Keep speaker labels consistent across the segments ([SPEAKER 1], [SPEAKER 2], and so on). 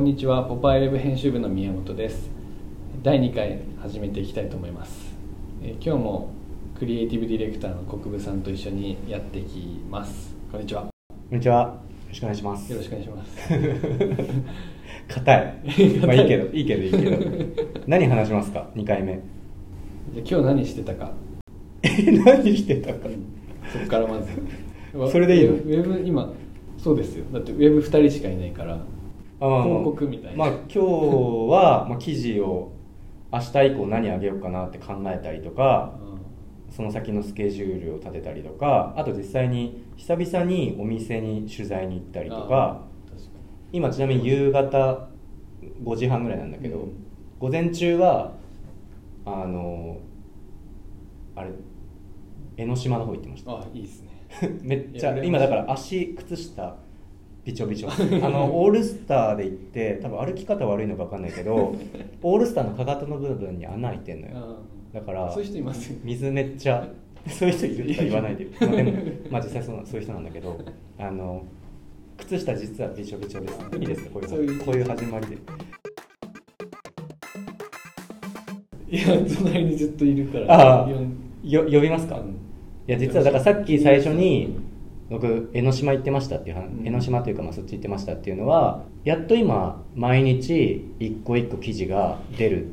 [SPEAKER 1] にちはポパイウェブ編集部の宮本です第2回始めていきたいと思いますえー今日もクリエイティブディレクターの国分さんと一緒にやっていきますこんにちはよ
[SPEAKER 2] こんにちは。よろしくお願いします。
[SPEAKER 1] ろしくお願いします
[SPEAKER 2] 硬い。
[SPEAKER 1] 硬い
[SPEAKER 2] まあいいけど、いいけど、いいけ ど。何話しますか ?2 回目。
[SPEAKER 1] じゃあ今日何してたか
[SPEAKER 2] え、何してたか。
[SPEAKER 1] そこからまず
[SPEAKER 2] それでいい
[SPEAKER 1] ウ
[SPEAKER 2] の
[SPEAKER 1] ェブウェブ今そうですよだってウェブ2人しかいないから
[SPEAKER 2] ああ
[SPEAKER 1] 広告みたいな
[SPEAKER 2] まあ今日は、まあ、記事を明日以降何あげようかなって考えたりとか、その先のスケジュールを立てたりとか、あと実際に久々にお店に取材に行ったりとか、
[SPEAKER 1] あー確か
[SPEAKER 2] 今ちなみに夕方5時半ぐらいなんだけど、
[SPEAKER 1] うん
[SPEAKER 2] 午前中はあのあれ江ノ島の方行ってました
[SPEAKER 1] にあいいですね
[SPEAKER 2] めっちゃ
[SPEAKER 1] いや
[SPEAKER 2] 今だから足靴下びちょびちょ あのオールスターで行って多分歩き方悪いのか分かんないけど オールスターのかかとの部分に穴開いてんのよだから
[SPEAKER 1] そういう人いますよね
[SPEAKER 2] 水めっちゃそういう人いるとは言わ ないでよ、まあ、でもまあ実際そうなそういう人なんだけどあの靴下実はびちょびちょですいいですかこういう
[SPEAKER 1] そういう
[SPEAKER 2] こういう始まりで
[SPEAKER 1] いや隣にずっといるから
[SPEAKER 2] ああ
[SPEAKER 1] 呼ん
[SPEAKER 2] よ呼びますか、
[SPEAKER 1] うん
[SPEAKER 2] いや実はだからさっき最初に
[SPEAKER 1] うん
[SPEAKER 2] 僕江ノ島行ってましたっていう話、
[SPEAKER 1] うん
[SPEAKER 2] 江ノ島というかまあそっち行ってましたっていうのはやっと今毎日一個一個記事が出るっ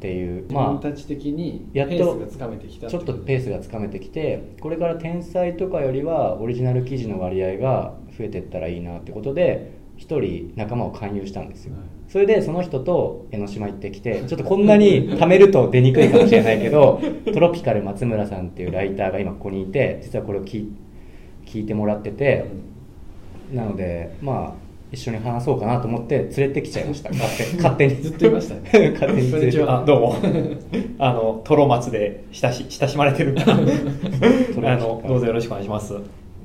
[SPEAKER 2] ていう
[SPEAKER 1] 自分
[SPEAKER 2] まあ
[SPEAKER 1] たち的にペ
[SPEAKER 2] やっと
[SPEAKER 1] ースがつかめてきた
[SPEAKER 2] ちょっとペースがつかめてきてこれから天才とかよりはオリジナル記事の割合が増えてったらいいなってことで一人仲間を勧誘したんですよ、
[SPEAKER 1] はい
[SPEAKER 2] それでその人と江ノ島行ってきてちょっとこんなに貯めると出にくいかもしれないけど トロピカル松村さんっていうライターが今ここにいて実はこれを聞い聞いてもらっててなのでまあ一緒に話そうかなと思って連れてきちゃいました勝 手勝手に
[SPEAKER 1] ずっといましたね
[SPEAKER 2] 勝手に
[SPEAKER 1] こん
[SPEAKER 2] 連れ
[SPEAKER 1] に
[SPEAKER 2] て
[SPEAKER 1] ちは
[SPEAKER 3] あどうも あのトロマツで親し親しまれてる からあのどうぞよろしくお願いします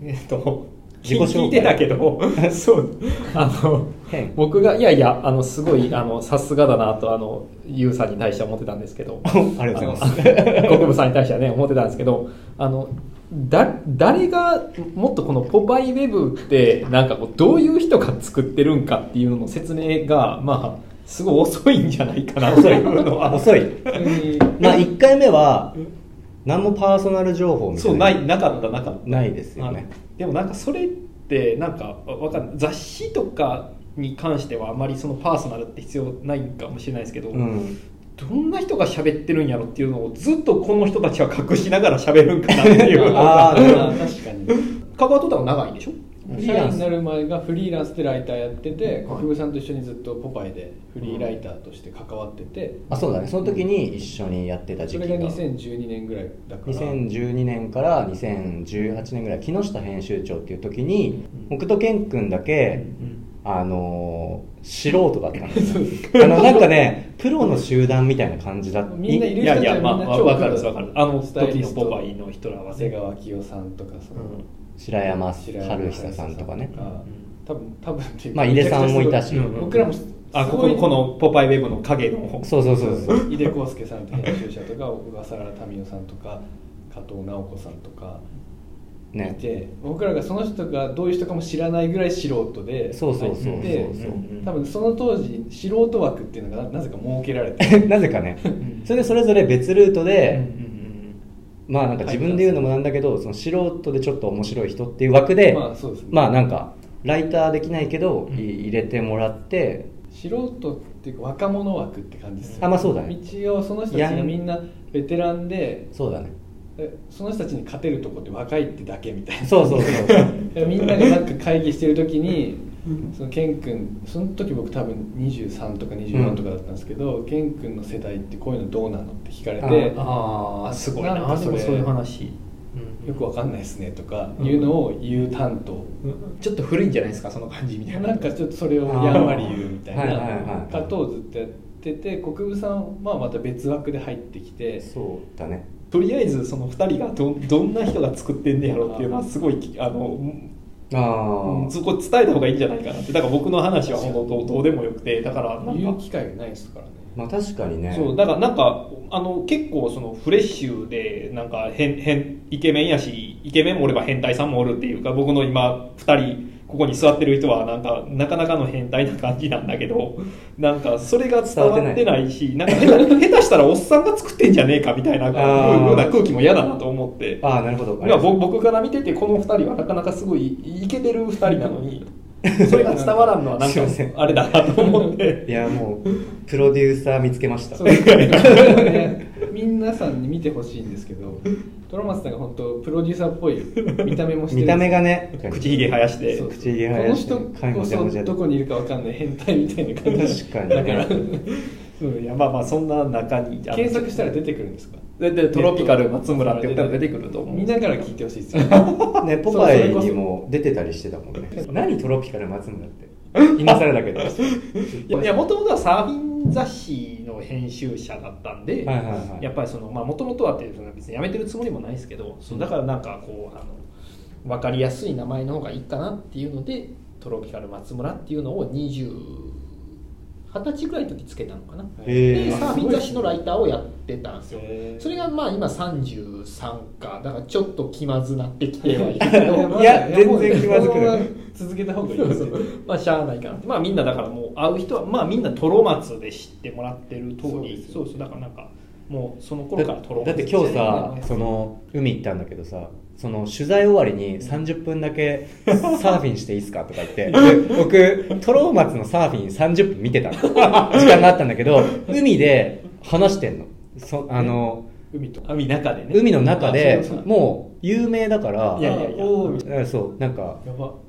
[SPEAKER 3] えっ と
[SPEAKER 2] 自己紹介
[SPEAKER 3] 聞いてたけど そうあの
[SPEAKER 2] 変
[SPEAKER 3] 僕がいやいやあのすごいあのさすがだなとあのユウさんに対しては思ってたんですけ ど
[SPEAKER 2] ありがとうございます
[SPEAKER 3] す国分さんに対してはね思ってたんですけどあのだ誰がもっとこの「ポパイウェブ」ってなんかこうどういう人が作ってるんかっていうのの説明がまあすごい遅いんじゃないかなと
[SPEAKER 2] 遅い
[SPEAKER 3] い
[SPEAKER 2] う
[SPEAKER 3] のは
[SPEAKER 2] 遅い
[SPEAKER 1] 普通に
[SPEAKER 2] まあ1回目は何もパーソナル情報みた
[SPEAKER 3] そ
[SPEAKER 2] いうな
[SPEAKER 3] ないなかったなかっ
[SPEAKER 2] ないです
[SPEAKER 3] た、
[SPEAKER 2] よね
[SPEAKER 3] あでもなんかそれってなんかわわかんない雑誌とかに関してはあまりそのパーソナルって必要ないんかもしれないですけど、
[SPEAKER 2] うん
[SPEAKER 3] どんな人が喋ってるんやろっていうのをずっとこの人たちは隠しながら喋るんかなっていう
[SPEAKER 2] あー
[SPEAKER 1] あー確かに
[SPEAKER 3] 関わっとったの長いんでしょ
[SPEAKER 1] 社員になる前がフリーランスでライターやってて
[SPEAKER 3] はい
[SPEAKER 1] 国分さんと一緒にずっとポパイでフリーライターとして関わってて
[SPEAKER 2] あそうだねその時に一緒にやってた
[SPEAKER 1] そ
[SPEAKER 2] 時
[SPEAKER 1] れ
[SPEAKER 2] 期
[SPEAKER 1] が
[SPEAKER 2] が
[SPEAKER 1] 2012年ぐらいだから
[SPEAKER 2] 2012年から2018年ぐらい木下編集長っていう時に僕と健君だけあのー素人だったんですよあのなんかねプロの集団みたいな感じだった
[SPEAKER 1] みんないる
[SPEAKER 3] いやいやまあまあわかるわかるあの
[SPEAKER 1] スタイリ
[SPEAKER 3] 時の
[SPEAKER 1] スト
[SPEAKER 3] ポパイの人らは
[SPEAKER 1] 長
[SPEAKER 3] せ
[SPEAKER 1] 谷
[SPEAKER 3] が、
[SPEAKER 1] 川清さんとかその
[SPEAKER 2] 白山
[SPEAKER 1] 白山
[SPEAKER 2] 春久さんとかね
[SPEAKER 1] 多分多分っていうか
[SPEAKER 2] まあ井出さんもいたし
[SPEAKER 1] めちゃくちゃすごい僕らもす
[SPEAKER 3] あ
[SPEAKER 1] す
[SPEAKER 3] こ
[SPEAKER 1] ご
[SPEAKER 3] こ
[SPEAKER 1] い
[SPEAKER 3] のこの「ポパイウェブ」の影の
[SPEAKER 2] そうそうそうそう
[SPEAKER 1] 井出康介さんって編集者とか小笠原民生さんとか加藤直子さんとかい
[SPEAKER 2] ね
[SPEAKER 1] て、僕らがその人がどういう人かも知らないぐらい素人で
[SPEAKER 2] そうそうそうそう
[SPEAKER 1] 入って
[SPEAKER 2] そう
[SPEAKER 3] うん
[SPEAKER 1] 多分その当時素人枠っていうのがななぜか設けられて
[SPEAKER 2] なぜかねそれでそれぞれ別ルートで、まあなんか自分で言うのもなんだけどその素人でちょっと面白い人っていう枠で、
[SPEAKER 1] まあ
[SPEAKER 2] ま
[SPEAKER 1] そうです
[SPEAKER 2] あ
[SPEAKER 1] ね、
[SPEAKER 2] なんかライターできないけど、
[SPEAKER 3] うん
[SPEAKER 2] い入れてもらって
[SPEAKER 1] 素人っていうか若者枠って感じですよ
[SPEAKER 2] あまあそうだね
[SPEAKER 1] 道をその人たちがみんなベテランで
[SPEAKER 2] そうだね
[SPEAKER 1] えその人たちに勝てるとこって若いってだけみたいな
[SPEAKER 2] そうそうそ
[SPEAKER 1] い
[SPEAKER 2] う
[SPEAKER 1] や みんなでなんか会議してる時にそのケン君その時僕多分23とか24とかだったんですけど、ケン君の世代ってこういうのどうなのって聞かれて
[SPEAKER 3] ああすごいな
[SPEAKER 1] なんかで
[SPEAKER 3] そ
[SPEAKER 1] も
[SPEAKER 3] れ
[SPEAKER 1] そういう話
[SPEAKER 3] うん
[SPEAKER 1] よくわかんないですねとかいうのを言う担当、
[SPEAKER 3] ちょっと古いんじゃないですかその感じみたいな
[SPEAKER 1] なんかちょっとそれをやんわり言うみたい
[SPEAKER 2] あーはいはい
[SPEAKER 1] な
[SPEAKER 2] はい
[SPEAKER 1] ことをずっとやってて国分さんはまた別枠で入ってきて
[SPEAKER 2] そうだね
[SPEAKER 3] とりあえずその2人がどどんな人が作ってんねやろっていうのはすごいきあの
[SPEAKER 2] あ
[SPEAKER 3] うん
[SPEAKER 2] あ
[SPEAKER 3] そこ伝えた方がいいんじゃないかなってだから僕の話は本当どうどうでもよくてだからなん
[SPEAKER 1] 言う
[SPEAKER 3] か
[SPEAKER 1] 機会がないですからね
[SPEAKER 2] まあ確かにね
[SPEAKER 3] そうだからなんかあの結構そのフレッシュでなんか変変イケメンやしイケメンもおれば変態さんもおるっていうか僕の今2人ここに座ってる人はなんかなかなかの変態な感じなんだけどなんかそれが伝わってないしなんか下手下手したらおっさんが作ってんじゃねえかみたいなこう
[SPEAKER 2] あー
[SPEAKER 3] いうような空気も嫌だなと思って
[SPEAKER 2] ああなるほど
[SPEAKER 3] まあぼ僕から見ててこの2人はなかなかすごいイケてる2人なのにそれが伝わらんのはなん
[SPEAKER 2] すい
[SPEAKER 3] か
[SPEAKER 2] ません
[SPEAKER 3] あれだなと思って
[SPEAKER 2] いやもうプロデューサー見つけました
[SPEAKER 1] そう ね、皆さんに見てほしいんですけ ど、トロマツさんが本当プロデューサーっぽい見た目もしてる
[SPEAKER 2] 見た目がね
[SPEAKER 3] 口ひげ生やして
[SPEAKER 1] そう
[SPEAKER 2] 口ひげ生やして
[SPEAKER 1] この人
[SPEAKER 2] 髪
[SPEAKER 1] こ
[SPEAKER 2] もジャブジャ
[SPEAKER 1] そ
[SPEAKER 2] ブ
[SPEAKER 1] どこにいるかわかんない変態みたいな感じ
[SPEAKER 2] 確かに
[SPEAKER 1] だから
[SPEAKER 3] うんいやまあまあそんな中に
[SPEAKER 1] 検索したら出てくるんですか
[SPEAKER 3] ででトロピカル松村って言ったら出てくると思う
[SPEAKER 1] 見ながら聞いてほしいですよ
[SPEAKER 2] ねポパイにも出てたりしてたもんね何トロピカル松村って今更だけど
[SPEAKER 3] いやいやもともとはサーフィン雑誌の編集者だったんで、
[SPEAKER 2] はいはいはい
[SPEAKER 3] やっぱりそのまあもともとはっていうのは別にやめてるつもりもないですけど、そうだからなんかこうあの分かりやすい名前の方がいいかなっていうのでトロピカル松村っていうのを20二十歳ぐらいの時つけたのかな、
[SPEAKER 2] へえ
[SPEAKER 3] でサーフィン雑誌のライターをやってたんですよ
[SPEAKER 1] へえ
[SPEAKER 3] それがまあ今33かだからちょっと気まずなってきてはいるけど
[SPEAKER 2] いや全然気まずく
[SPEAKER 1] このま
[SPEAKER 2] ない
[SPEAKER 1] ま続けた方がいいですよ
[SPEAKER 3] まあしゃあないかなまあみんなだからもう会う人はまあみんなトロマツで知ってもらってる通りそうそうだからなんかもうその頃からトロマツ
[SPEAKER 2] だって今日さその海行ったんだけどさその取材終わりに30分だけサーフィンしていいですかとか言ってで僕トローマツのサーフィン30分見てたの時間があったんだけど海で話してんのそあの
[SPEAKER 3] 海と海中でね
[SPEAKER 2] 海の中で
[SPEAKER 3] あそうそう
[SPEAKER 2] もう有名だから
[SPEAKER 3] いやいやいや
[SPEAKER 2] おーみたいなそうなんか
[SPEAKER 1] やば
[SPEAKER 2] 「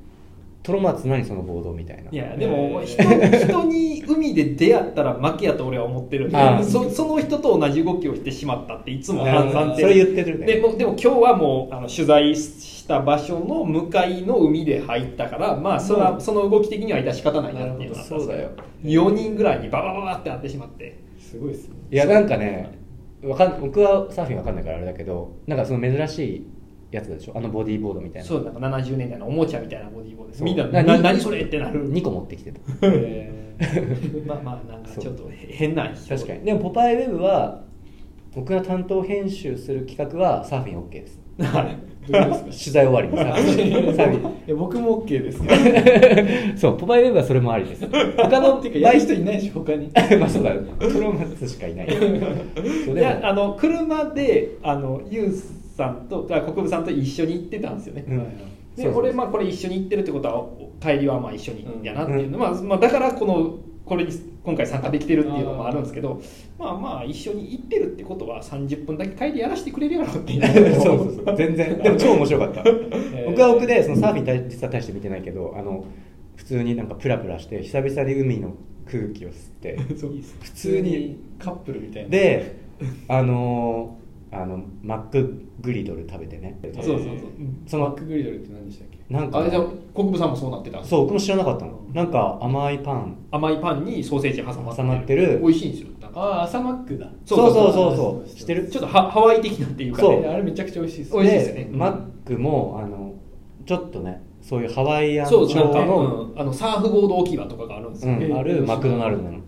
[SPEAKER 2] トロマツ何そのボード」みたいない
[SPEAKER 3] やでも
[SPEAKER 1] え
[SPEAKER 3] 人人に海で出会ったら負けやと俺は思ってるん
[SPEAKER 2] ああ
[SPEAKER 3] でそ その人と同じ動きをしてしまったっていつも
[SPEAKER 2] あ
[SPEAKER 3] 換
[SPEAKER 2] ー
[SPEAKER 3] 算
[SPEAKER 2] それ言ってるね
[SPEAKER 3] でもでも今日はもうあの取材した場所の向かいの海で入ったからまあそれは、その動き的には致し方ないなっていうのは
[SPEAKER 1] なるほどそうだよ
[SPEAKER 3] 4人ぐらいにババババってなってしまって
[SPEAKER 1] すごいですね
[SPEAKER 2] いやなんかねわかん僕はサーフィンわかんないからあれだけどなんかその珍しいやつでしょあのボディーボードみたいな
[SPEAKER 3] そうなんか70年代のおもちゃみたいなボディーボードです
[SPEAKER 2] そう
[SPEAKER 3] みんな
[SPEAKER 2] な
[SPEAKER 3] な
[SPEAKER 2] に
[SPEAKER 3] 何それっ てなる
[SPEAKER 2] 2個持ってきてた
[SPEAKER 1] え
[SPEAKER 3] まあまあなんか
[SPEAKER 2] そう
[SPEAKER 3] ちょっと変な人
[SPEAKER 2] 確かにでも「ポパイウェブは僕が担当編集する企画はサーフィン OK です
[SPEAKER 3] はい
[SPEAKER 1] ーどういう こと
[SPEAKER 2] 取
[SPEAKER 1] ですか
[SPEAKER 2] 材終わりにサーフィンサーフ
[SPEAKER 1] いや僕も OK ですけど
[SPEAKER 2] ィンそうポパイウェブはそれもありです他
[SPEAKER 1] 他
[SPEAKER 2] の
[SPEAKER 1] の
[SPEAKER 2] っ
[SPEAKER 1] ってていう
[SPEAKER 2] い
[SPEAKER 1] う
[SPEAKER 2] か
[SPEAKER 1] かやる人いないし他に
[SPEAKER 2] まあそうだトロマツしかいないそう
[SPEAKER 3] い
[SPEAKER 2] で
[SPEAKER 3] や
[SPEAKER 2] も
[SPEAKER 3] あの車であのユウさんとあ国分さんと一緒に行ってたんですよね、
[SPEAKER 2] うん
[SPEAKER 3] で
[SPEAKER 2] そうそうそう
[SPEAKER 3] 俺まあこれ一緒に行ってるってことはお帰りはまあ一緒に行やなっていうの、まあ、まあだからこのこれに今回参加できてるっていうのもあるんですけどまあまあ一緒に行ってるってことは30分だけ帰りやらせてくれるやろってい う
[SPEAKER 2] そうそうそう全然でも超面白かった
[SPEAKER 1] ー
[SPEAKER 2] 僕は僕でそのサーフィン大実は大して見てないけどあの普通になんかプラプラして久々に海の空気を吸って
[SPEAKER 1] そう
[SPEAKER 2] 普
[SPEAKER 1] 普
[SPEAKER 2] 通
[SPEAKER 1] 通
[SPEAKER 2] に
[SPEAKER 1] にカップルみたいな
[SPEAKER 2] であのーあのマックグリドル食べてね
[SPEAKER 1] そう
[SPEAKER 3] そうそう
[SPEAKER 1] そ
[SPEAKER 3] そうう
[SPEAKER 2] そ
[SPEAKER 1] マッ
[SPEAKER 2] の
[SPEAKER 1] クグリドルって何でしたっけ
[SPEAKER 2] なんか
[SPEAKER 3] あれじゃあ国分さんもそうなってた
[SPEAKER 2] そう僕も知らなかったのなんか甘いパン
[SPEAKER 3] 甘いパンにソーセージ挟まって
[SPEAKER 2] 挟まってる
[SPEAKER 3] 美味しいんですよなんか
[SPEAKER 1] ああ朝マックだ
[SPEAKER 3] そうそうそう
[SPEAKER 2] そうそうそう
[SPEAKER 1] そう
[SPEAKER 2] 知ってる
[SPEAKER 3] ちょっとハハワイ的なっていうかね
[SPEAKER 2] そう
[SPEAKER 1] あれめちゃくちゃ美味しいです
[SPEAKER 3] 美味しいですよね
[SPEAKER 2] マックもあのちょっとねそういうハワイアン
[SPEAKER 3] そう
[SPEAKER 2] 調
[SPEAKER 3] なんか、
[SPEAKER 2] の
[SPEAKER 3] うんあのサーフボード置き場とかがあるんですよ、
[SPEAKER 2] うんあるマクドナルドの
[SPEAKER 1] はい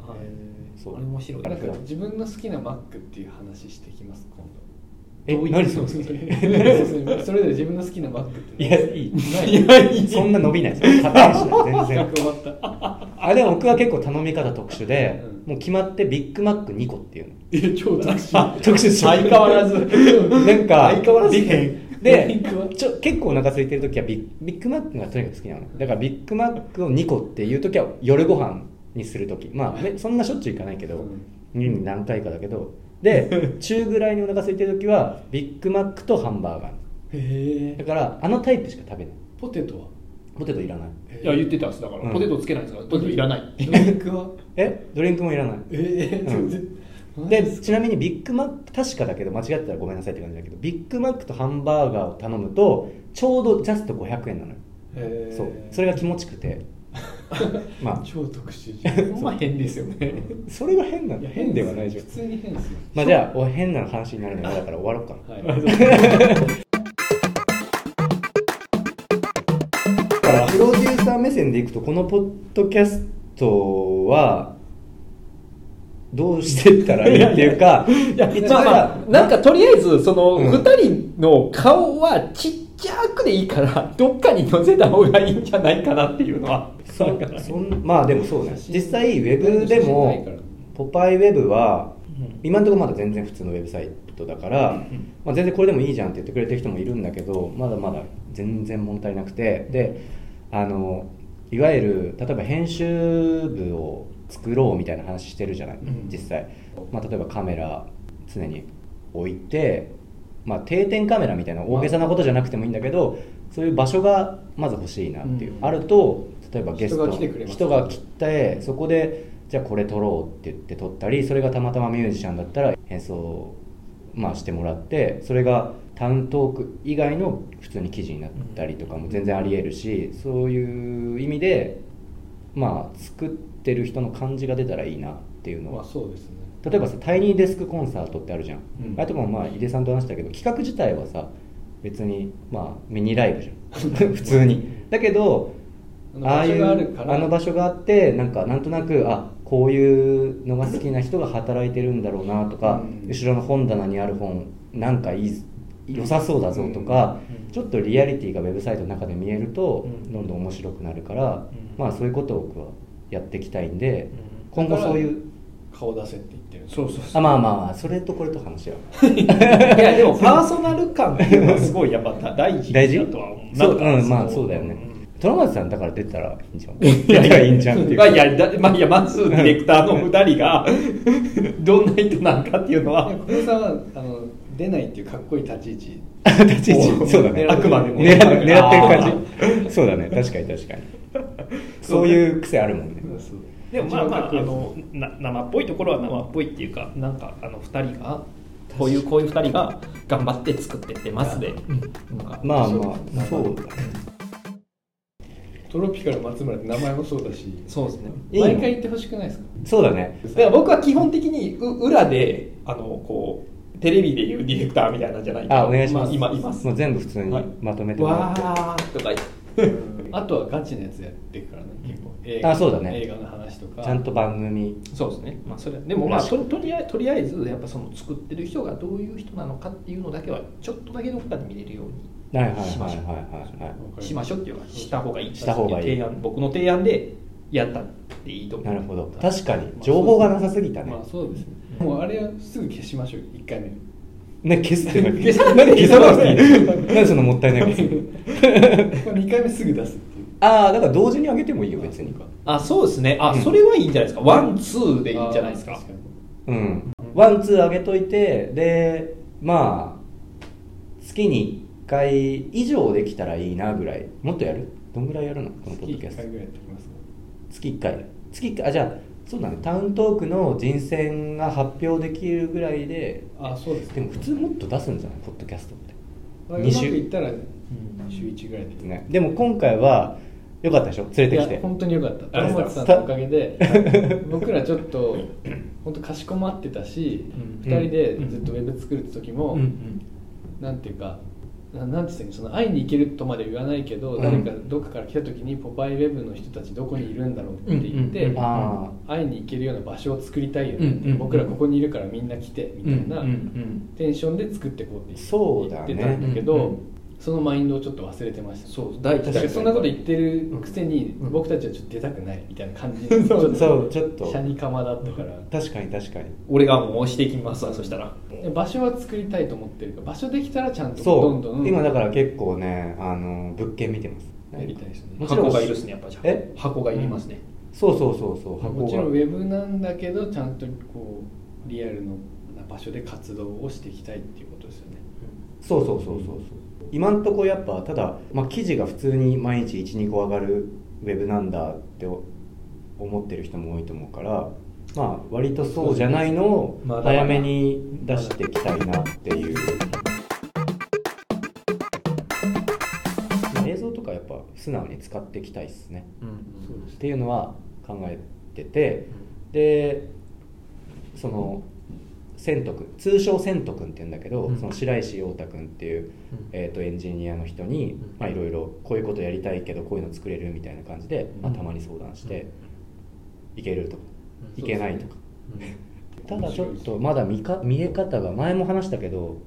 [SPEAKER 2] そう
[SPEAKER 3] あれ面白い
[SPEAKER 2] あ
[SPEAKER 3] で
[SPEAKER 2] れ
[SPEAKER 1] なん
[SPEAKER 3] す
[SPEAKER 1] か自分の好きなマックっていう話してきます今度
[SPEAKER 2] え
[SPEAKER 1] どういう
[SPEAKER 2] 何それ
[SPEAKER 1] それぞれ自分の好きなマックって
[SPEAKER 2] い
[SPEAKER 1] い
[SPEAKER 2] やいい
[SPEAKER 1] ない
[SPEAKER 2] そんな伸びないですよ片足ない全 然
[SPEAKER 1] 終わった
[SPEAKER 2] あでも僕は結構頼み方特殊で、
[SPEAKER 1] う
[SPEAKER 2] もう決まってビッグマック2個っていうの
[SPEAKER 1] え超楽しい相
[SPEAKER 2] 特殊ですよ
[SPEAKER 1] 変わらず
[SPEAKER 2] なんか
[SPEAKER 1] 相変わらず
[SPEAKER 2] ビッグ
[SPEAKER 1] 変
[SPEAKER 2] で
[SPEAKER 1] ビッグマック
[SPEAKER 2] ちょ結構お腹空いてる時はビッビッグマックがとにかく好きなのねだからビッグマックを2個っていう時は夜ご飯にする時まあ、ね、そんなしょっちゅういかないけど年に何回かだけど で中ぐらいにお腹空いてる時はビッグマックとハンバーガー
[SPEAKER 1] へ
[SPEAKER 2] だ
[SPEAKER 1] え
[SPEAKER 2] からあのタイプしか食べない
[SPEAKER 1] ポテトは
[SPEAKER 2] ポテトいらない
[SPEAKER 3] いや言ってたんですだから、
[SPEAKER 2] うん
[SPEAKER 3] ポテトつけないんですからポテトいらないって
[SPEAKER 1] ドリンクは
[SPEAKER 2] えドリンクもいらない
[SPEAKER 1] ええ
[SPEAKER 2] うん
[SPEAKER 1] 全然
[SPEAKER 2] でちなみにビッグマック確かだけど間違ってたらごめんなさいって感じだけどビッグマックとハンバーガーを頼むとちょうどジャスト500円なのよ、
[SPEAKER 1] へえ
[SPEAKER 2] そうそれが気持ちくてまあ
[SPEAKER 1] 超特殊じゃん
[SPEAKER 3] ほんま変ですよね
[SPEAKER 2] それが変なの変ではないじゃん
[SPEAKER 1] 普通に変ですよ
[SPEAKER 2] まあじゃあお変な話になるのがだから終わろうかな
[SPEAKER 1] はい
[SPEAKER 2] だからプロデューサー目線でいくとこのポッドキャストはどうしてったらいいっていうか
[SPEAKER 3] いや
[SPEAKER 2] 一応
[SPEAKER 3] まあまあなんかとりあえずその
[SPEAKER 2] うん
[SPEAKER 3] 2人の顔はちっ弱でいいから どっかに載せた方がいいんじゃないかなっていうのは
[SPEAKER 2] そそんまあでもそうね実際ウェブでもポパイウェブは今のところまだ全然普通のウェブサイトだから、まあ、全然これでもいいじゃんって言ってくれてる人もいるんだけどまだまだ全然物足りなくてであのいわゆる例えば編集部を作ろうみたいな話してるじゃない、
[SPEAKER 3] うん
[SPEAKER 2] 実際、まあ、例えばカメラ常に置いて、まあ、定点カメラみたいな大げさなことじゃなくてもいいんだけどそういう場所がまず欲しいなっていう、
[SPEAKER 3] うん
[SPEAKER 2] あると例えばゲスト
[SPEAKER 1] 人が来てくれます
[SPEAKER 2] 人が来てそこでじゃあこれ撮ろうって言って撮ったりそれがたまたまミュージシャンだったら演奏、まあ、してもらってそれがタウントーク以外の普通に記事になったりとかも全然ありえるしそういう意味でまあ作ってる人の感じが出たらいいなっていうの
[SPEAKER 1] ま
[SPEAKER 2] は
[SPEAKER 1] あそうですね
[SPEAKER 2] 例えばさタイニーデスクコンサートってあるじゃん、
[SPEAKER 1] うん
[SPEAKER 2] あれとかもまあ井出さんと話したけど企画自体はさ別にまあミニライブじゃ ん普通にだけど
[SPEAKER 1] あの場所があるか
[SPEAKER 2] ああいう
[SPEAKER 1] ら
[SPEAKER 2] あの場所があってなんかなんとなくあこういうのが好きな人が働いてるんだろうなとか、
[SPEAKER 1] うん
[SPEAKER 2] 後ろの本棚にある本なんかいい良さそうだぞとか、
[SPEAKER 3] うんうん
[SPEAKER 2] ちょっとリアリティがウェブサイトの中で見えると、
[SPEAKER 3] うん
[SPEAKER 2] どんどん面白くなるから、
[SPEAKER 3] うん
[SPEAKER 2] まあそういうことを僕はやっていきたいんで、
[SPEAKER 3] うん
[SPEAKER 2] 今後そういう
[SPEAKER 1] 顔出せって言ってる
[SPEAKER 3] そうそう
[SPEAKER 2] あまあまあまあそれとこれと話は
[SPEAKER 3] いやでもパーソナル感っていうのはすごいやっぱ大事
[SPEAKER 2] 大事
[SPEAKER 3] だとは思う
[SPEAKER 2] そう
[SPEAKER 3] なんか
[SPEAKER 2] うんまあそうだよね
[SPEAKER 3] ん
[SPEAKER 2] 虎松さんだから出たらいいんじゃん出たらいいんじゃんっていう
[SPEAKER 3] まあいやだまあいやまずディレクターの2人が どんな人なんかっていうのは
[SPEAKER 1] 小室さんはあの出ないっていうかっこいい立ち位置
[SPEAKER 2] 立ち位置そうだね
[SPEAKER 3] あくまでも
[SPEAKER 2] 狙狙ってる感じそうだね確かに確かにそういう癖あるもんね
[SPEAKER 3] でもまあまああ
[SPEAKER 1] 一番かっ
[SPEAKER 3] のな生っぽいところは生っぽいっていうかなんかあの2人がこういうこういう2人が頑張って作ってってますで、なんか
[SPEAKER 2] まあまあそうだね
[SPEAKER 1] トロピカル松村って名前もそうだし
[SPEAKER 3] そうですね
[SPEAKER 2] いいの
[SPEAKER 1] 毎回言ってほしくないですか
[SPEAKER 2] そうだね
[SPEAKER 3] だから僕は基本的にう裏であのこうテレビでいうディレクターみたいなんじゃない
[SPEAKER 2] あお願いします、
[SPEAKER 3] まあ、今います
[SPEAKER 2] もう全部普通に
[SPEAKER 3] はい
[SPEAKER 2] まとめてもら
[SPEAKER 3] わ
[SPEAKER 2] って、
[SPEAKER 3] ーとか言って
[SPEAKER 1] あとはガチなやつやってくからね結構映
[SPEAKER 2] あそうだね
[SPEAKER 1] 映画の話とか
[SPEAKER 2] ちゃんと番組
[SPEAKER 3] そうですね、まあ、それはでもまあ
[SPEAKER 2] らしい
[SPEAKER 3] ととりあえとりあえずやっぱその作ってる人がどういう人なのかっていうのだけはちょっとだけどっかで見れるように
[SPEAKER 2] はいはいはい
[SPEAKER 3] し
[SPEAKER 2] は
[SPEAKER 3] ま
[SPEAKER 2] い
[SPEAKER 3] しょう
[SPEAKER 2] はいはい
[SPEAKER 3] しましょうっていうのはした方がいい
[SPEAKER 2] した方がいい
[SPEAKER 3] 提案僕の提案でやったっていいと思
[SPEAKER 2] な
[SPEAKER 3] う
[SPEAKER 2] るほど確かに情報がなさすぎたね
[SPEAKER 1] まあそうですねもうあれはすぐ消しましょう1回目
[SPEAKER 2] ね消すって何
[SPEAKER 3] 消さ
[SPEAKER 2] なんで消さなくていいのなんでそんなもったいないことする
[SPEAKER 1] 2回目すぐ出すっていう
[SPEAKER 2] ああだから同時に上げてもいいよ別に
[SPEAKER 3] あそうですねあ、
[SPEAKER 2] うん
[SPEAKER 3] それはいいんじゃないですかワンツーでいいんじゃないですか
[SPEAKER 1] あー確に
[SPEAKER 2] うんワンツー上げといてでまあ月に1回以上できたらいいなぐらいもっとやるどんぐらいやるのこの
[SPEAKER 1] 月
[SPEAKER 2] ポッドキャ
[SPEAKER 1] 1
[SPEAKER 2] スト
[SPEAKER 1] 回ぐらいやってきますか
[SPEAKER 2] 月1回月1回あじゃあそうだねタウントークの人選が発表できるぐらいで
[SPEAKER 1] あそうです
[SPEAKER 2] でも普通もっと出すんじゃないポッドキャストって
[SPEAKER 1] まあうま
[SPEAKER 2] 二
[SPEAKER 1] く
[SPEAKER 2] 週
[SPEAKER 1] いったら週1ぐらいできる
[SPEAKER 2] ねでも今回は良かったでしょ連れてき
[SPEAKER 1] いや
[SPEAKER 2] て
[SPEAKER 1] 本当によかった
[SPEAKER 2] あ
[SPEAKER 1] ト
[SPEAKER 2] り
[SPEAKER 1] ロマ
[SPEAKER 2] がとうご
[SPEAKER 1] ツ
[SPEAKER 2] ざ
[SPEAKER 1] さ
[SPEAKER 2] い
[SPEAKER 1] んの
[SPEAKER 2] ます
[SPEAKER 1] おかげ で僕らちょっと本当かしこまってたし、
[SPEAKER 3] うん
[SPEAKER 1] 二2人でずっとウェブ作るって時も、
[SPEAKER 3] うんうん
[SPEAKER 1] なんていうかななんて言ったらいいのその会いに行けるとまでは言わないけど、
[SPEAKER 2] うん
[SPEAKER 1] 誰かどっかから来た時に「ポパイウェブの人たちどこにいるんだろう」って言って、
[SPEAKER 3] うんうんうん
[SPEAKER 2] ああ
[SPEAKER 1] 会いに行けるような場所を作りたいよね、
[SPEAKER 3] うんうん
[SPEAKER 1] 僕らここにいるからみんな来てみたいな、
[SPEAKER 3] うんうん
[SPEAKER 1] テンションで作ってこうって言って
[SPEAKER 2] そうだね
[SPEAKER 1] 言ってたんだけど、
[SPEAKER 3] うんうん
[SPEAKER 1] そのマインドをちょっと忘れてました
[SPEAKER 3] そう第一
[SPEAKER 1] 確かにそんなこと言ってるくせに、
[SPEAKER 3] うん
[SPEAKER 1] 僕たちはちょっと出たくないみたいな感じ
[SPEAKER 2] そう
[SPEAKER 1] ちょっと
[SPEAKER 2] そうちょっと
[SPEAKER 1] シャニカマだったから、
[SPEAKER 2] 確かに確かに
[SPEAKER 3] 俺がもう押していきますわそしたら
[SPEAKER 1] で場所は作りたいと思ってるから場所できたらちゃんと
[SPEAKER 2] そう
[SPEAKER 1] どんどん
[SPEAKER 2] 今だから結構ねあの物件見てます
[SPEAKER 1] やりたいですね
[SPEAKER 2] もちろん
[SPEAKER 3] 箱がいるっすねやっぱじゃあ
[SPEAKER 2] え
[SPEAKER 3] 箱がいりますね、
[SPEAKER 2] そうそうそうそう箱が
[SPEAKER 1] もちろんウェブなんだけどちゃんとこうリアルの場所で活動をしていきたいっていうことですよね
[SPEAKER 2] そうそうそうそうそう今んとこやっぱただ、まあ、記事が普通に毎日12個上がるウェブなんだって思ってる人も多いと思うからまあ割とそうじゃないのを
[SPEAKER 3] まだまだ
[SPEAKER 2] 早めに出していきたいなっていう、まあ映像とかやっぱ素直に使っていきたいっすね
[SPEAKER 3] うん
[SPEAKER 1] そう
[SPEAKER 2] っていうのは考えててでその千徳通称千徳君って言うんだけど、
[SPEAKER 3] うん
[SPEAKER 2] その白石陽太君っていう、えー、とエンジニアの人に
[SPEAKER 3] ん
[SPEAKER 2] まあいろいろこういうことやりたいけどこういうの作れるみたいな感じで、まあ、
[SPEAKER 3] うん
[SPEAKER 2] たまに相談して、いけるとか、
[SPEAKER 3] うん
[SPEAKER 2] いけないとか、
[SPEAKER 3] うん
[SPEAKER 2] ただちょっとまだ見か見え方が前も話したけど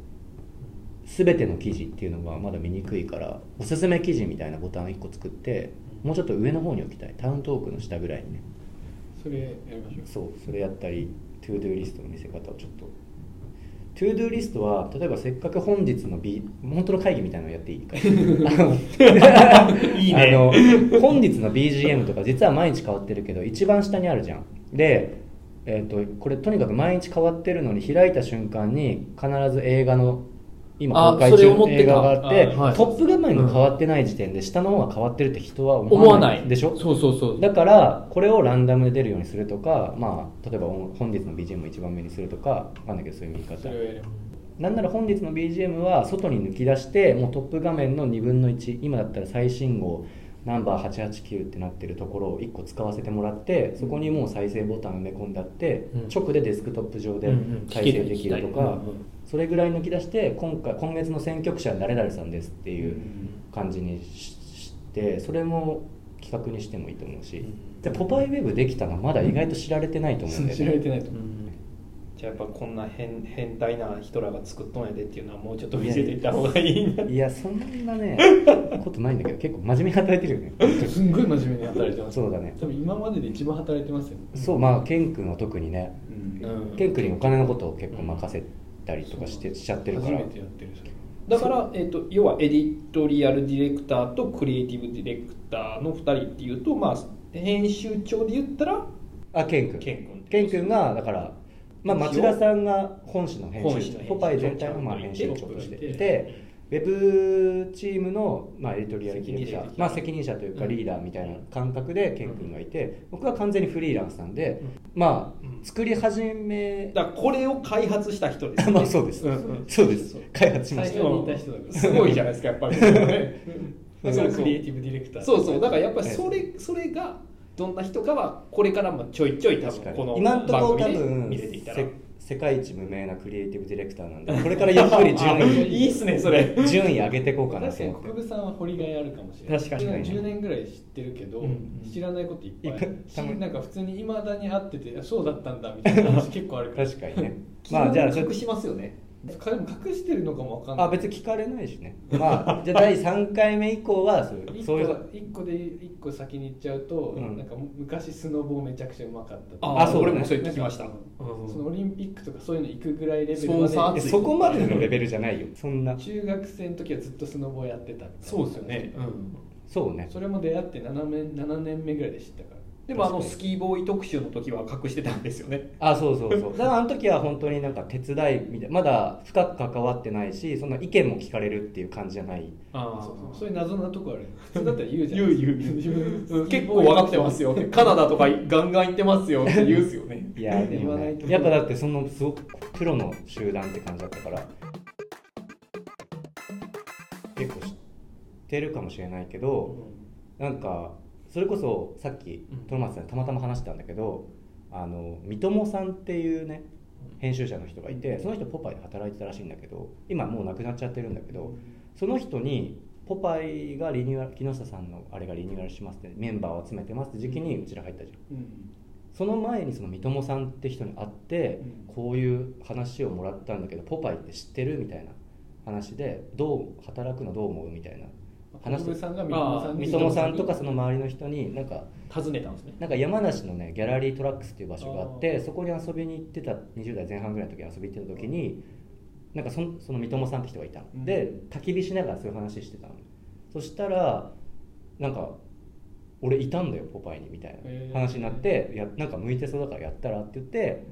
[SPEAKER 2] 全ての記事っていうのがまだ見にくいからおすすめ記事みたいなボタン1個作ってもうちょっと上の方に置きたいタウントークの下ぐらいにね
[SPEAKER 1] それやりましょう
[SPEAKER 2] そうそれやったりトゥードゥーリストの見せ方をちょっとトゥードゥーリストは例えばせっかく本日の B 本当の会議みたいなのやっていい かあの
[SPEAKER 3] いいね
[SPEAKER 2] あの本日の BGM とか実は毎日変わってるけど一番下にあるじゃんで、えー、とこれとにかく毎日変わってるのに開いた瞬間に必ず映画の今
[SPEAKER 3] あ
[SPEAKER 2] 公開
[SPEAKER 3] それ
[SPEAKER 2] 中
[SPEAKER 3] 思っ
[SPEAKER 2] の
[SPEAKER 3] てた
[SPEAKER 2] 映画があって
[SPEAKER 3] あはい
[SPEAKER 2] トップ画面が変わってない時点で下の方が変わってるって人は
[SPEAKER 3] 思わない
[SPEAKER 2] でしょ
[SPEAKER 3] そうそうそう
[SPEAKER 2] だからこれをランダムで出るようにするとか、まあ、例えば音本日の BGM を一番目にするとかわかんないけどそういう見
[SPEAKER 1] そ
[SPEAKER 2] 方
[SPEAKER 1] れをやりま
[SPEAKER 2] なんなら本日の BGM は外に抜き出してもうトップ画面の2分の1今だったら最新号ナンバー889ってなってるところを1個使わせてもらってそこにもう再生ボタン埋め込んだって、
[SPEAKER 3] うん
[SPEAKER 2] 直でデスクトップ上で
[SPEAKER 3] うんうん
[SPEAKER 2] 再生できるとか、
[SPEAKER 3] 聞ける聞きたいうんうん
[SPEAKER 2] それぐらい抜き出して今回今月の選曲者は誰々さんですっていう感じにししてそれも企画にしてもいいと思うし、
[SPEAKER 1] うん
[SPEAKER 2] でポパイウェブできたのまだ意外と知られてないと思うんだ
[SPEAKER 1] す
[SPEAKER 2] よ
[SPEAKER 1] 知ら
[SPEAKER 2] ね
[SPEAKER 1] れてないと思う
[SPEAKER 4] じゃあやっぱこんな変変態な人らが作っとんやでっていうのはもうちょっと見せていった方がいいな
[SPEAKER 2] いやそん なねことないんだけど結構真面目に働いてるよね
[SPEAKER 1] すんごい真面目に働いてます
[SPEAKER 2] そうだね
[SPEAKER 1] 多分今までで一番働いてますよ、
[SPEAKER 2] そうまあケン君は特にね
[SPEAKER 1] うん
[SPEAKER 4] うん
[SPEAKER 2] ケン君にお金のことを結構任せたりとかしてしちゃってるから
[SPEAKER 1] 初めてやってるそれ
[SPEAKER 4] だから、えっと要はエディトリアルディレクターとクリエイティブディレクターの2人っていうとまあ編集長で言ったら
[SPEAKER 2] あケン君
[SPEAKER 4] ケン君
[SPEAKER 2] ケン君がだから、まあ、
[SPEAKER 4] 一
[SPEAKER 2] 町
[SPEAKER 4] 応
[SPEAKER 2] 田さんが本誌の編
[SPEAKER 4] 本
[SPEAKER 2] 集
[SPEAKER 4] 誌の編
[SPEAKER 2] 長
[SPEAKER 4] 集長
[SPEAKER 2] ポパイ全体のまあ編集長としてい
[SPEAKER 1] トッ
[SPEAKER 2] てウェブチームの、まあ、エディトリアルディレ
[SPEAKER 4] 責
[SPEAKER 2] クタ
[SPEAKER 4] 任者
[SPEAKER 2] ー、まあ、責任者というか
[SPEAKER 4] うん
[SPEAKER 2] リーダーみたいな感覚でケン君がいて僕は完全にフリーランスなんで、ま
[SPEAKER 4] うん
[SPEAKER 2] あ、作り始め
[SPEAKER 4] だからこれを開発した人です
[SPEAKER 2] まあそうです、
[SPEAKER 4] うんうん
[SPEAKER 2] そうです開発しま
[SPEAKER 1] 最
[SPEAKER 2] し
[SPEAKER 1] 初
[SPEAKER 2] た
[SPEAKER 1] にいた人だから
[SPEAKER 4] すごいじゃないですかやっぱ り
[SPEAKER 1] だからクリエイティブディレクター
[SPEAKER 4] そうそうだからやっぱりそれそれがどんな人かはこれからもちょいちょい多
[SPEAKER 2] 確か
[SPEAKER 4] 分
[SPEAKER 2] に
[SPEAKER 4] この
[SPEAKER 2] 今のところ
[SPEAKER 4] 番組
[SPEAKER 2] 多
[SPEAKER 4] で
[SPEAKER 2] 分
[SPEAKER 4] 見れていったら
[SPEAKER 2] せ世界一無名なクリエイティブディレクターなんでこれからゆっくり 順
[SPEAKER 4] あ
[SPEAKER 2] 位
[SPEAKER 4] いいっすねそれ
[SPEAKER 2] 順位上げていこうかな
[SPEAKER 1] 確
[SPEAKER 2] と
[SPEAKER 1] かに
[SPEAKER 2] 思って
[SPEAKER 1] 国分さんは掘りがいあるかもしれない
[SPEAKER 2] 確かに
[SPEAKER 1] 僕10年ぐらい知ってるけど、
[SPEAKER 4] うんうん
[SPEAKER 1] 知らないこといっ
[SPEAKER 2] いっ
[SPEAKER 1] ぱ
[SPEAKER 2] ぱ
[SPEAKER 1] い
[SPEAKER 2] い
[SPEAKER 1] しなんか普通にいまだに会っててあそうだったんだみたいな話結構あるから
[SPEAKER 2] 確かにね まあじゃあちょっと
[SPEAKER 4] 隠しますよね
[SPEAKER 1] でも隠してるのかもわかんない
[SPEAKER 2] あ別に聞かれないしねまあじゃあ第3回目以降は そういう
[SPEAKER 1] 一
[SPEAKER 2] そうい
[SPEAKER 1] 個
[SPEAKER 2] う
[SPEAKER 1] 一個で一個先に行っちゃうと、
[SPEAKER 2] うん
[SPEAKER 1] なんか昔スノボーめちゃくちゃうまかったとか
[SPEAKER 4] あ
[SPEAKER 2] あそう
[SPEAKER 4] 俺もそう言ってきました
[SPEAKER 1] なんか
[SPEAKER 4] うん
[SPEAKER 1] そのオリンピックとかそういうの行くぐらいレベル
[SPEAKER 4] スポンサ
[SPEAKER 1] ま
[SPEAKER 4] ー
[SPEAKER 2] え
[SPEAKER 1] で
[SPEAKER 4] つい
[SPEAKER 2] そこまでのレベルじゃないよそんな
[SPEAKER 1] 中学生の時はずっとスノボーやってたみたいな
[SPEAKER 4] そうですよね、うん、
[SPEAKER 2] そうね
[SPEAKER 1] それも出会って7年 ,7 年目ぐらいで知ったから
[SPEAKER 4] でもあの
[SPEAKER 2] 確かに
[SPEAKER 4] スキーボーイ特集の時は隠してたんですよね
[SPEAKER 2] あそうそう そうだからあの時は本当になんか手伝いみたいなまだ深く関わってないしそんな意見も聞かれるっていう感じじゃない
[SPEAKER 4] あ
[SPEAKER 1] そうそうそういう謎なとこあ る普通だったら言うじゃ
[SPEAKER 4] 言
[SPEAKER 1] ん
[SPEAKER 4] う言う
[SPEAKER 1] 自分
[SPEAKER 4] うん結構分かってますよカナダとかガンガン行ってますよって言うんですよね
[SPEAKER 2] いやでも、
[SPEAKER 1] 言わない
[SPEAKER 2] ね、
[SPEAKER 1] と
[SPEAKER 2] やっぱだってそのすごくプロの集団って感じだったから結構知ってるかもしれないけどなんかそれこそさっき
[SPEAKER 4] うん
[SPEAKER 2] トロマツさんにたまたま話したんだけどあの三友さんっていうね編集者の人がいてその人ポパイで働いてたらしいんだけど今もう亡くなっちゃってるんだけどその人に「ポパイがリニューアル木下さんのあれがリニューアルします」ってメンバーを集めてますって時期にうちら入ったじゃん。
[SPEAKER 1] うん
[SPEAKER 2] その前にその三友さんって人に会って、
[SPEAKER 1] うん
[SPEAKER 2] こういう話をもらったんだけど「ポパイって知ってる?」みたいな話で「どう働くのどう思う?」みたいな
[SPEAKER 1] 小
[SPEAKER 2] 話
[SPEAKER 1] 室さんが
[SPEAKER 2] 三
[SPEAKER 1] 三
[SPEAKER 2] 友さんと
[SPEAKER 1] に
[SPEAKER 2] かその周りの人になんか
[SPEAKER 4] 尋ねたんですね
[SPEAKER 2] なんか山梨のねギャラリートラックスっていう場所があってそこに遊びに行ってた20代前半ぐらいの時に遊びに行ってた時になんかそのその三友さんって人がいたの、
[SPEAKER 1] うん
[SPEAKER 2] で焚き火しながらそういう話してたのそしたらなんか「俺いたんだよポパイに」みたい
[SPEAKER 1] へー
[SPEAKER 2] な話になって「いやなんか向いてそうだからやったら」って言って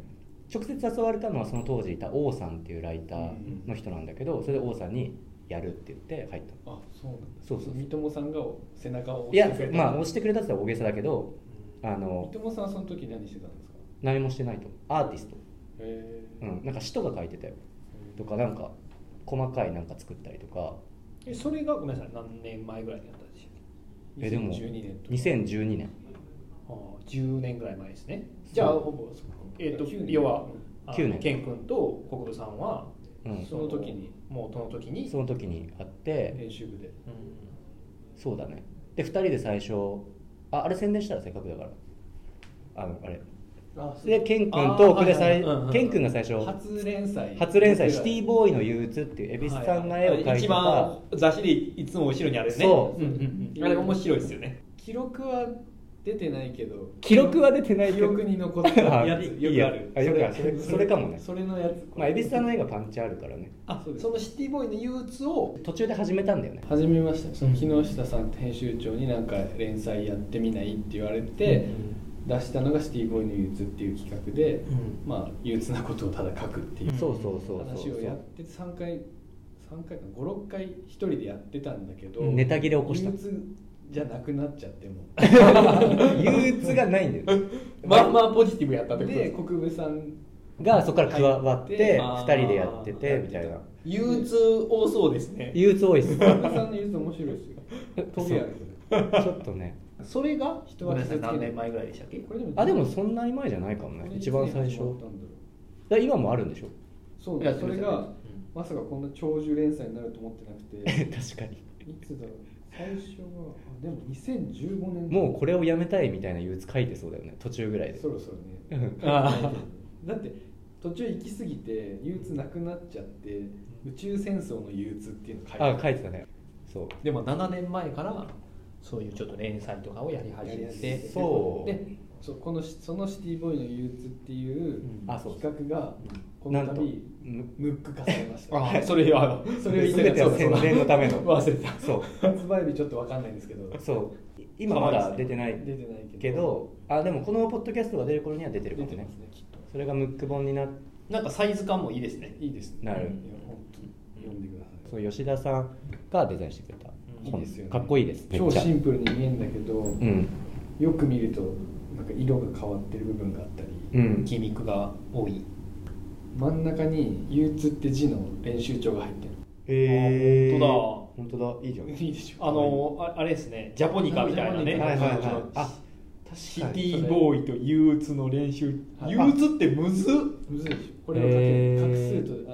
[SPEAKER 2] 直接誘われたのはその当時いた王さんっていうライターの人なんだけどそれで王さんに「やる」って言って入ったの
[SPEAKER 1] あそうなんだ
[SPEAKER 2] そうそうそう
[SPEAKER 1] 三友さんが背中を
[SPEAKER 2] いや
[SPEAKER 1] 押してくれた
[SPEAKER 2] まあ押してくれたって言ったら大げさだけどあの
[SPEAKER 1] 三友さんはその時何してたんですか
[SPEAKER 2] 何もしてないとアーティスト、
[SPEAKER 1] へ
[SPEAKER 2] う
[SPEAKER 1] え
[SPEAKER 2] ん、なんか詩とか書いてたよとかなんか細かいなんか作ったりとか
[SPEAKER 4] えそれがごめんなさい何年前ぐらいにやったんでしょ
[SPEAKER 2] えでも
[SPEAKER 1] 2012年とか
[SPEAKER 2] 2012年
[SPEAKER 4] ああ10年ぐらい前ですねじゃあ
[SPEAKER 2] そう
[SPEAKER 4] ほぼそうえっと
[SPEAKER 1] 9年
[SPEAKER 4] 要はあの
[SPEAKER 2] 9年
[SPEAKER 4] ケン君と国分さんは
[SPEAKER 2] うん
[SPEAKER 1] その時に
[SPEAKER 4] もうその時に
[SPEAKER 2] その時に会って
[SPEAKER 1] 編集部で
[SPEAKER 4] うん
[SPEAKER 2] そうだねで2人で最初ああれ宣伝したらせっかくだからあのあれ
[SPEAKER 1] あ
[SPEAKER 2] でケン君
[SPEAKER 3] あ
[SPEAKER 2] と
[SPEAKER 3] ー
[SPEAKER 2] 奥でさい
[SPEAKER 3] はいはいうんうん
[SPEAKER 2] ケン君が最初
[SPEAKER 1] 初連載
[SPEAKER 2] 初連載「シティボーイの憂鬱」っていう蛭子さんが絵を描いてた、
[SPEAKER 3] 一番雑誌でいつも後ろにあるね
[SPEAKER 2] そうん
[SPEAKER 3] うんうんあれ面白いですよね
[SPEAKER 1] 記録は出てないけど
[SPEAKER 2] 記録は出てないけ
[SPEAKER 1] 記
[SPEAKER 2] ど
[SPEAKER 1] 憶に残った
[SPEAKER 2] あ
[SPEAKER 1] やつ
[SPEAKER 2] いい
[SPEAKER 1] よくある
[SPEAKER 2] あよくあるそれそれかもね
[SPEAKER 1] それのやつ
[SPEAKER 2] まあ、蛭子さんの絵がパンチあるからね
[SPEAKER 3] あそのシティボーイの憂鬱を
[SPEAKER 2] 途中で始めたんだよね
[SPEAKER 1] 始めましたよその木下さんって編集長になんか連載やってみないって言われて出したのが「シティボーイの憂鬱」っていう企画で、
[SPEAKER 3] ん
[SPEAKER 1] まあ憂鬱なことをただ書くっていう
[SPEAKER 2] そうそうそうそう
[SPEAKER 1] 話をやって3回3回か56回一人でやってたんだけど、
[SPEAKER 2] うんネタ切れ起こした
[SPEAKER 1] 憂鬱じゃなくなっちゃっても
[SPEAKER 2] 憂鬱がないんだよね
[SPEAKER 1] うまあまあポジティブやったってことで国分さ ん
[SPEAKER 2] がそこから加わっ
[SPEAKER 1] 入
[SPEAKER 2] て2
[SPEAKER 1] っ
[SPEAKER 2] 人でやっててみたいな
[SPEAKER 3] 憂鬱多そうですね
[SPEAKER 2] 憂鬱多 いっすち
[SPEAKER 1] 国分さんの憂鬱面白いですよトゲある
[SPEAKER 2] ょっとね
[SPEAKER 3] それが
[SPEAKER 1] 人は傷つけない
[SPEAKER 3] ごめんなさい何年前ぐらいでしたっけ
[SPEAKER 1] これでも
[SPEAKER 2] あでもそんなに前じゃないかも
[SPEAKER 1] こ
[SPEAKER 2] ね
[SPEAKER 1] れ
[SPEAKER 2] 一番最
[SPEAKER 1] いつ
[SPEAKER 2] 初
[SPEAKER 1] 始まったんだろう
[SPEAKER 2] だ今もあるん でしょ
[SPEAKER 1] そうだ
[SPEAKER 3] やって
[SPEAKER 1] そ
[SPEAKER 3] ま
[SPEAKER 1] れ
[SPEAKER 3] したね
[SPEAKER 1] が、まさかこんな長寿連載になると思ってなくて
[SPEAKER 2] 確かに
[SPEAKER 1] いつだろう最初はあでも2015年
[SPEAKER 2] もうこれをやめたいみたいな憂鬱書いてそうだよね途中ぐらいで
[SPEAKER 1] そろそろね
[SPEAKER 2] うん
[SPEAKER 1] だって途中行き過ぎて憂鬱なくなっちゃって宇宙戦争の憂鬱っていうのを書いて
[SPEAKER 2] あ書いてたねそう
[SPEAKER 3] でも7年前からそういうちょっと連載とかをやり始め
[SPEAKER 1] や
[SPEAKER 3] て
[SPEAKER 1] り
[SPEAKER 2] そう
[SPEAKER 1] でそうこのそのシティボーイの憂鬱っていう
[SPEAKER 3] うん
[SPEAKER 2] あそう
[SPEAKER 1] 企画がこ
[SPEAKER 2] な
[SPEAKER 1] の
[SPEAKER 2] んと
[SPEAKER 1] 度
[SPEAKER 2] うん
[SPEAKER 1] ムック化されました
[SPEAKER 3] あそれは
[SPEAKER 1] それを言いなが
[SPEAKER 2] 全
[SPEAKER 1] ら
[SPEAKER 2] ては宣伝のための
[SPEAKER 1] 忘れた
[SPEAKER 2] そう
[SPEAKER 1] 発売日ちょっとわかんないんですけど
[SPEAKER 2] そうい今まだ出てない
[SPEAKER 1] 出てないけど
[SPEAKER 2] けどあでもこのポッドキャストが出る頃には出てるか
[SPEAKER 1] 出
[SPEAKER 2] も
[SPEAKER 1] て
[SPEAKER 2] ね
[SPEAKER 1] ますねきっと
[SPEAKER 2] それがムック本になっ
[SPEAKER 3] なんかサイズ感もいいですね
[SPEAKER 1] いいですね
[SPEAKER 2] なる
[SPEAKER 1] いや本当に読んでください
[SPEAKER 2] そう吉田さんがデザインしてくれた
[SPEAKER 3] うん
[SPEAKER 2] 本
[SPEAKER 1] いいですよね
[SPEAKER 2] かっこいいですめっ
[SPEAKER 1] 超
[SPEAKER 2] ちゃ
[SPEAKER 1] シンプルに見えるんだけど、
[SPEAKER 2] うん
[SPEAKER 1] よく見るとなんか色が変わってる部分があったり、
[SPEAKER 2] うん
[SPEAKER 3] ギミックが多い
[SPEAKER 1] 真ん中に「憂鬱」って字の練習帳が入ってる
[SPEAKER 2] へえ
[SPEAKER 3] あ
[SPEAKER 2] 本
[SPEAKER 3] 本
[SPEAKER 2] 当だいいじゃん
[SPEAKER 1] いいでしょ
[SPEAKER 3] あのああれですねジャポニカみたいなね
[SPEAKER 2] はいはいはいあ
[SPEAKER 3] シティボーイと憂鬱の練習、
[SPEAKER 1] はい
[SPEAKER 3] 憂鬱ってむずっ
[SPEAKER 1] むずいでしょこれを書け画
[SPEAKER 2] へー
[SPEAKER 1] 数と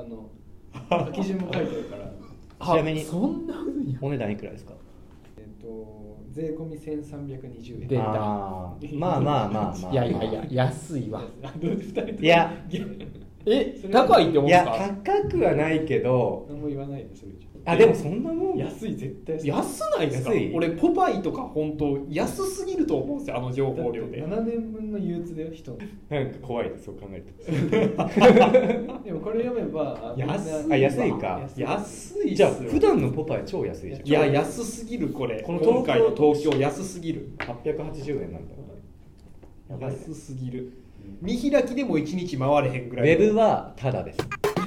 [SPEAKER 1] あの書き順も書いてるから
[SPEAKER 2] ちなみに
[SPEAKER 3] あそんなふうに
[SPEAKER 2] お値段いくらですか
[SPEAKER 1] えっと税込み1320円
[SPEAKER 3] 出でた
[SPEAKER 2] あーまあまあまあまあ
[SPEAKER 3] いやいやいや安いわ
[SPEAKER 1] あどう2人とも
[SPEAKER 2] いや
[SPEAKER 3] え高いって思
[SPEAKER 2] いうや
[SPEAKER 3] ん
[SPEAKER 2] 高くはないけど
[SPEAKER 1] 何も言わないでそれ以上
[SPEAKER 2] あでもそんなもん
[SPEAKER 1] 安い絶対安い
[SPEAKER 3] 安ないですか
[SPEAKER 2] 安い
[SPEAKER 3] 俺ポパイとか本当安すぎると思うんですよあの情
[SPEAKER 1] だ
[SPEAKER 3] 報
[SPEAKER 1] って
[SPEAKER 3] 量で
[SPEAKER 1] 7年分の憂鬱だよ人 の
[SPEAKER 2] なんか怖いですそう考えると
[SPEAKER 1] でもこれ読めばあみんな
[SPEAKER 3] 安
[SPEAKER 2] あ安いか
[SPEAKER 3] 安いっす
[SPEAKER 2] じゃ
[SPEAKER 3] よ
[SPEAKER 2] あ普段のポパイ超安い
[SPEAKER 3] い
[SPEAKER 2] じゃん
[SPEAKER 3] や安すぎるこれ
[SPEAKER 2] この東京
[SPEAKER 3] 今回の東京安すぎる
[SPEAKER 2] 880円なんだやばいね
[SPEAKER 3] 安すぎる見開きでも1日回れへんぐ
[SPEAKER 2] ウ
[SPEAKER 3] らい
[SPEAKER 2] ェブはタダです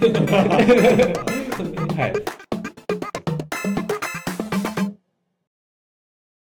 [SPEAKER 2] はい